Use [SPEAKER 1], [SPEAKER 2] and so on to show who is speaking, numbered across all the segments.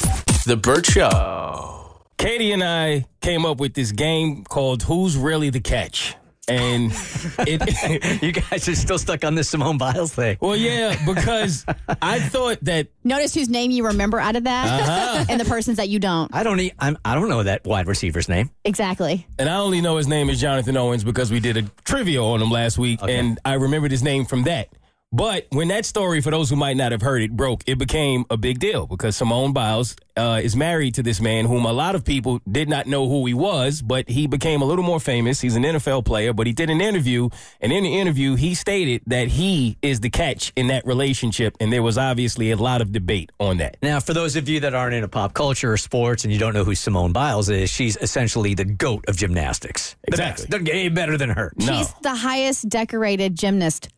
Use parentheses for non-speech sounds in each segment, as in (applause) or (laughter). [SPEAKER 1] with The Burt Show. Katie and I came up with this game called Who's Really the Catch? And it, (laughs)
[SPEAKER 2] (laughs) You guys are still stuck on this Simone Biles thing.
[SPEAKER 1] well, yeah, because I thought that
[SPEAKER 3] Notice whose name you remember out of that and the persons that you don't.
[SPEAKER 2] I don't. e- I'm, I don't know that wide receiver's name.
[SPEAKER 3] Exactly.
[SPEAKER 1] And I only know his name is Jonathan Owens because we did a trivia on him last week, and I remembered his name from that. But when that story, for those who might not have heard it, broke, it became a big deal because Simone Biles uh, is married to this man whom a lot of people did not know who he was, but he became a little more famous. He's an NFL player, but he did an interview, and in the interview, he stated that he is the catch in that relationship, and there was obviously a lot of debate on that.
[SPEAKER 2] Now, for those of you that aren't into pop culture or sports and you don't know who Simone Biles is, she's essentially the goat of gymnastics. The
[SPEAKER 1] Exactly.
[SPEAKER 2] best. Doesn't get any better than her.
[SPEAKER 1] No.
[SPEAKER 3] She's the highest decorated gymnast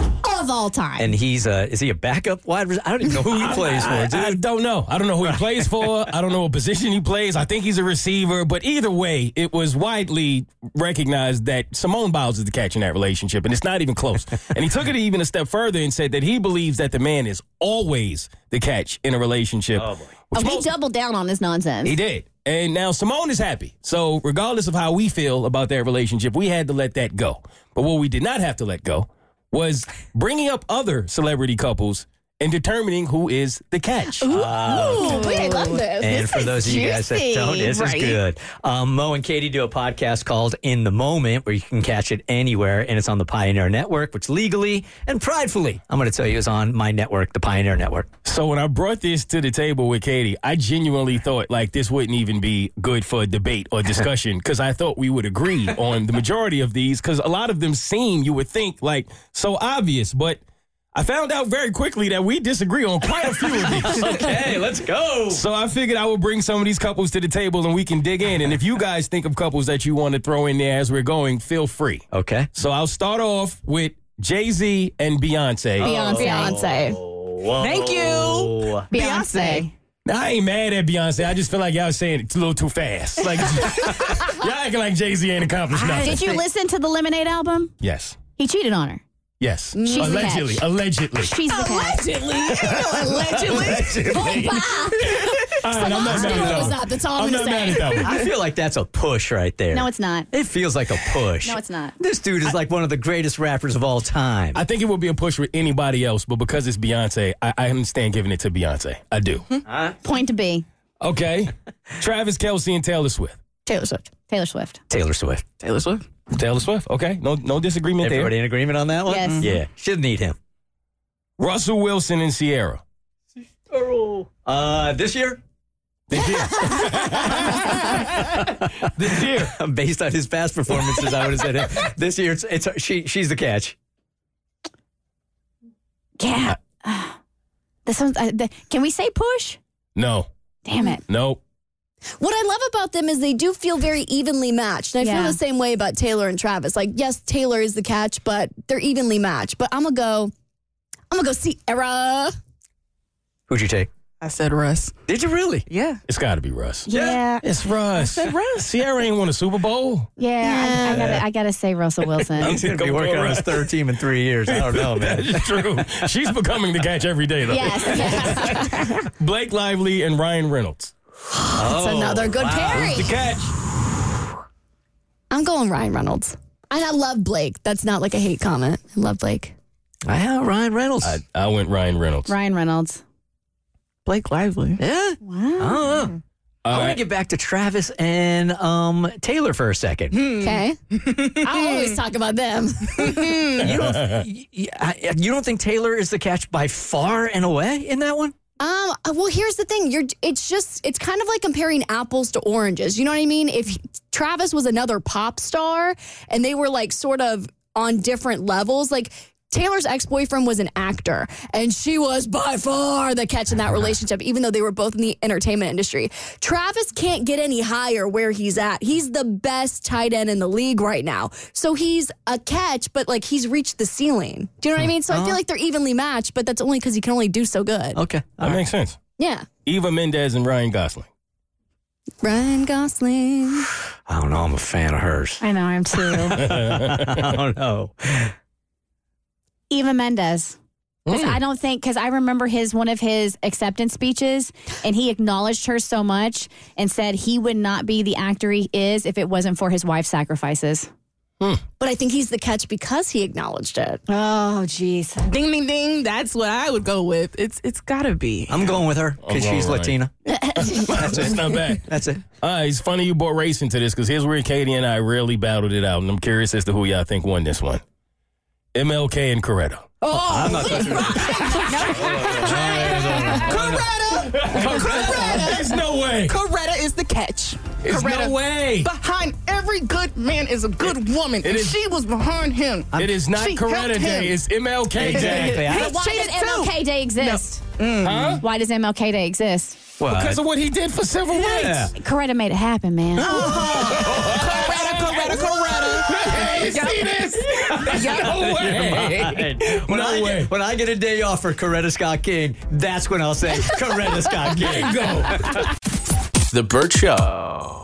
[SPEAKER 3] of all time.
[SPEAKER 2] And he's a is he a backup wide? Re- I don't even know
[SPEAKER 1] (laughs)
[SPEAKER 2] who he plays for.
[SPEAKER 1] I,
[SPEAKER 2] dude.
[SPEAKER 1] I don't know. I don't know who he plays for. I don't know what position he plays. I think he's a receiver. But either way, it was widely recognized that Simone Biles is the catch in that relationship, and it's not even close. and he took it even a step further and said that he believes that the man is always the catch in a relationship. Oh, boy.
[SPEAKER 3] oh, he doubled down on his nonsense.
[SPEAKER 1] He did. And now Simone is happy. So, regardless of how we feel about that relationship, we had to let that go. But what we did not have to let go was bringing up other celebrity couples and determining who is the catch.
[SPEAKER 3] Ooh, we love this.
[SPEAKER 2] And for those of you guys that don't, this is good. Um, Mo and Katie do a podcast called In the Moment where you can catch it anywhere, and it's on the Pioneer Network, which legally and pridefully, I'm going to tell you, is on my network, the Pioneer Network.
[SPEAKER 1] So when I brought this to the table with Katie, I genuinely thought like this wouldn't even be good for a debate or discussion because I thought we would agree on the majority of these because a lot of them seem you would think like so obvious, but I found out very quickly that we disagree on quite a few of these.
[SPEAKER 2] Hey, let's go.
[SPEAKER 1] So I figured I would bring some of these couples to the table and we can dig in. And if you guys think of couples that you want to throw in there as we're going, feel free.
[SPEAKER 2] Okay.
[SPEAKER 1] So I'll start off with Jay Z and Beyonce.
[SPEAKER 3] Oh, Beyonce.
[SPEAKER 2] Thank you.
[SPEAKER 3] Beyonce.
[SPEAKER 1] I ain't mad at Beyonce. I just feel like y'all saying it's a little too fast.
[SPEAKER 3] (laughs)
[SPEAKER 1] Like y'all acting like Jay Z ain't accomplished nothing.
[SPEAKER 3] Did you listen to the Lemonade album?
[SPEAKER 1] yes,
[SPEAKER 3] He cheated on her.
[SPEAKER 1] yes.
[SPEAKER 3] the
[SPEAKER 1] allegedly,
[SPEAKER 3] catch. (laughs)
[SPEAKER 1] allegedly.
[SPEAKER 3] She's the catch.
[SPEAKER 1] (laughs) allegedly. All right, I'm not mad at that.
[SPEAKER 4] was
[SPEAKER 1] one.
[SPEAKER 4] not. That's all I'm
[SPEAKER 1] I'm
[SPEAKER 4] gonna
[SPEAKER 1] not mad at
[SPEAKER 4] say.
[SPEAKER 1] that
[SPEAKER 3] (laughs)
[SPEAKER 1] one.
[SPEAKER 2] I feel like that's a push right there.
[SPEAKER 3] No, it's not.
[SPEAKER 2] It feels like a push.
[SPEAKER 3] No, it's not.
[SPEAKER 2] This dude is like one of the greatest rappers of all time.
[SPEAKER 1] I think it would be a push with anybody else, but because it's Beyonce, I, I understand giving it to Beyonce. I do.
[SPEAKER 3] Hmm? Point to B.
[SPEAKER 1] Okay. Travis Kelsey and Taylor Swift.
[SPEAKER 4] Taylor Swift.
[SPEAKER 3] Taylor Swift.
[SPEAKER 2] Taylor Swift.
[SPEAKER 4] Taylor Swift.
[SPEAKER 1] Taylor Swift. Okay. No, no disagreement
[SPEAKER 2] Everybody in agreement on that one? Mm-hmm.
[SPEAKER 3] Yes.
[SPEAKER 2] Yeah. Should need him.
[SPEAKER 1] there. Russell Wilson and Sierra.
[SPEAKER 2] Uh, this year, (laughs)
[SPEAKER 1] This year. this year.
[SPEAKER 2] based on his past performances, I would have said (laughs) it. this year. It's, it's she. She's the catch.
[SPEAKER 3] Yeah. (sighs) This one's, uh, the, can we say push?
[SPEAKER 1] (laughs) No.
[SPEAKER 3] Damn it.
[SPEAKER 1] Nope.
[SPEAKER 4] What I love about them is they do feel very evenly matched. And I
[SPEAKER 3] Yeah.
[SPEAKER 4] feel the same way about Taylor and Travis. Like, yes, Taylor is the catch, but they're evenly matched. But I'm gonna go. I'm gonna go see Era.
[SPEAKER 2] Who'd you take?
[SPEAKER 5] I said Russ.
[SPEAKER 2] Did you really?
[SPEAKER 5] Yeah.
[SPEAKER 1] It's got to be Russ.
[SPEAKER 3] Yeah.
[SPEAKER 1] It's Russ.
[SPEAKER 5] said Russ.
[SPEAKER 1] Sierra ain't won a Super Bowl.
[SPEAKER 3] Yeah. I, I, gotta, I gotta say Russell Wilson.
[SPEAKER 2] He's going to be working
[SPEAKER 1] (laughs)
[SPEAKER 2] on his third team in three years. I don't know, man.
[SPEAKER 1] That's true. She's becoming the catch every day, though.
[SPEAKER 3] (laughs) yes. yes.
[SPEAKER 1] Blake Lively and Ryan Reynolds.
[SPEAKER 4] That's another good parry.
[SPEAKER 1] The catch.
[SPEAKER 4] I'm going Ryan Reynolds. And I love Blake. That's not like a hate comment. I love Blake.
[SPEAKER 2] Wow, Ryan Reynolds.
[SPEAKER 1] I, I went Ryan Reynolds.
[SPEAKER 3] Ryan Reynolds.
[SPEAKER 5] Blake Lively.
[SPEAKER 2] yeah.
[SPEAKER 3] Wow.
[SPEAKER 2] Oh, I
[SPEAKER 1] All
[SPEAKER 2] want to
[SPEAKER 1] right.
[SPEAKER 2] get back to Travis and um, Taylor for a second.
[SPEAKER 4] Okay. I always talk about them.
[SPEAKER 2] You don't, Uh, y- y- I- you don't think Taylor is the catch by far and away in that one?
[SPEAKER 4] Um, well, here's the thing. You're it's just it's kind of like comparing apples to oranges. You know what I mean? If Travis was another pop star and they were like sort of on different levels, like Taylor's ex-boyfriend was an actor and she was by far the catch in that relationship even though they were both in the entertainment industry. Travis can't get any higher where he's at. He's the best tight end in the league right now. So he's a catch but like he's reached the ceiling. Do you know what I mean? So I feel like they're evenly matched, but that's only cuz he can only do so good.
[SPEAKER 2] Okay.
[SPEAKER 1] That makes sense.
[SPEAKER 4] Yeah.
[SPEAKER 1] Eva Mendez and Ryan Gosling. (laughs)
[SPEAKER 4] Ryan Gosling.
[SPEAKER 2] I don't know. I'm a fan of (laughs) hers.
[SPEAKER 3] I know, I'm too.
[SPEAKER 2] I don't know.
[SPEAKER 3] Eva Mendes. 'Cause I don't think because I remember his one of his acceptance speeches, and he acknowledged her so much and said he would not be the actor he is if it wasn't for his wife's sacrifices.
[SPEAKER 4] But I think he's the catch because he acknowledged it.
[SPEAKER 3] Oh, jeez.
[SPEAKER 5] Ding ding ding. That's what I would go with. It's it's gotta be.
[SPEAKER 2] I'm going with her because
[SPEAKER 1] I'm
[SPEAKER 2] she's
[SPEAKER 1] all right.
[SPEAKER 2] Latina.
[SPEAKER 1] That's not bad.
[SPEAKER 2] That's it.
[SPEAKER 1] Uh, it's funny you brought race into this because here's where Katie and I really battled it out, and I'm curious as to who y'all think won this one. MLK and Coretta.
[SPEAKER 5] Oh,
[SPEAKER 2] Oh, I'm not touching it.
[SPEAKER 5] Coretta!
[SPEAKER 1] Coretta! There's no way.
[SPEAKER 5] Coretta is the catch.
[SPEAKER 1] There's
[SPEAKER 5] Coretta.
[SPEAKER 1] no way.
[SPEAKER 5] Behind every good man is a good woman. and
[SPEAKER 1] is-
[SPEAKER 5] she was behind him.
[SPEAKER 1] It is not
[SPEAKER 5] She helped
[SPEAKER 1] Coretta
[SPEAKER 5] him.
[SPEAKER 1] Day. It's MLK Day.
[SPEAKER 2] Exactly. I-
[SPEAKER 5] Hey,
[SPEAKER 3] Why
[SPEAKER 5] she
[SPEAKER 3] does
[SPEAKER 5] did too.
[SPEAKER 3] MLK Day exist? Why does MLK Day exist?
[SPEAKER 2] Well,
[SPEAKER 1] Because of what he did for civil rights.
[SPEAKER 3] Coretta made it happen, man.
[SPEAKER 5] Coretta, Coretta, Coretta.
[SPEAKER 1] Hey, you see this?
[SPEAKER 5] (laughs)
[SPEAKER 1] There's no way.
[SPEAKER 2] When,
[SPEAKER 1] No
[SPEAKER 2] I
[SPEAKER 1] way.
[SPEAKER 2] Get, when I get a day off for Coretta Scott King, that's when I'll say Coretta Scott King.
[SPEAKER 1] Go.
[SPEAKER 6] The Burt Show.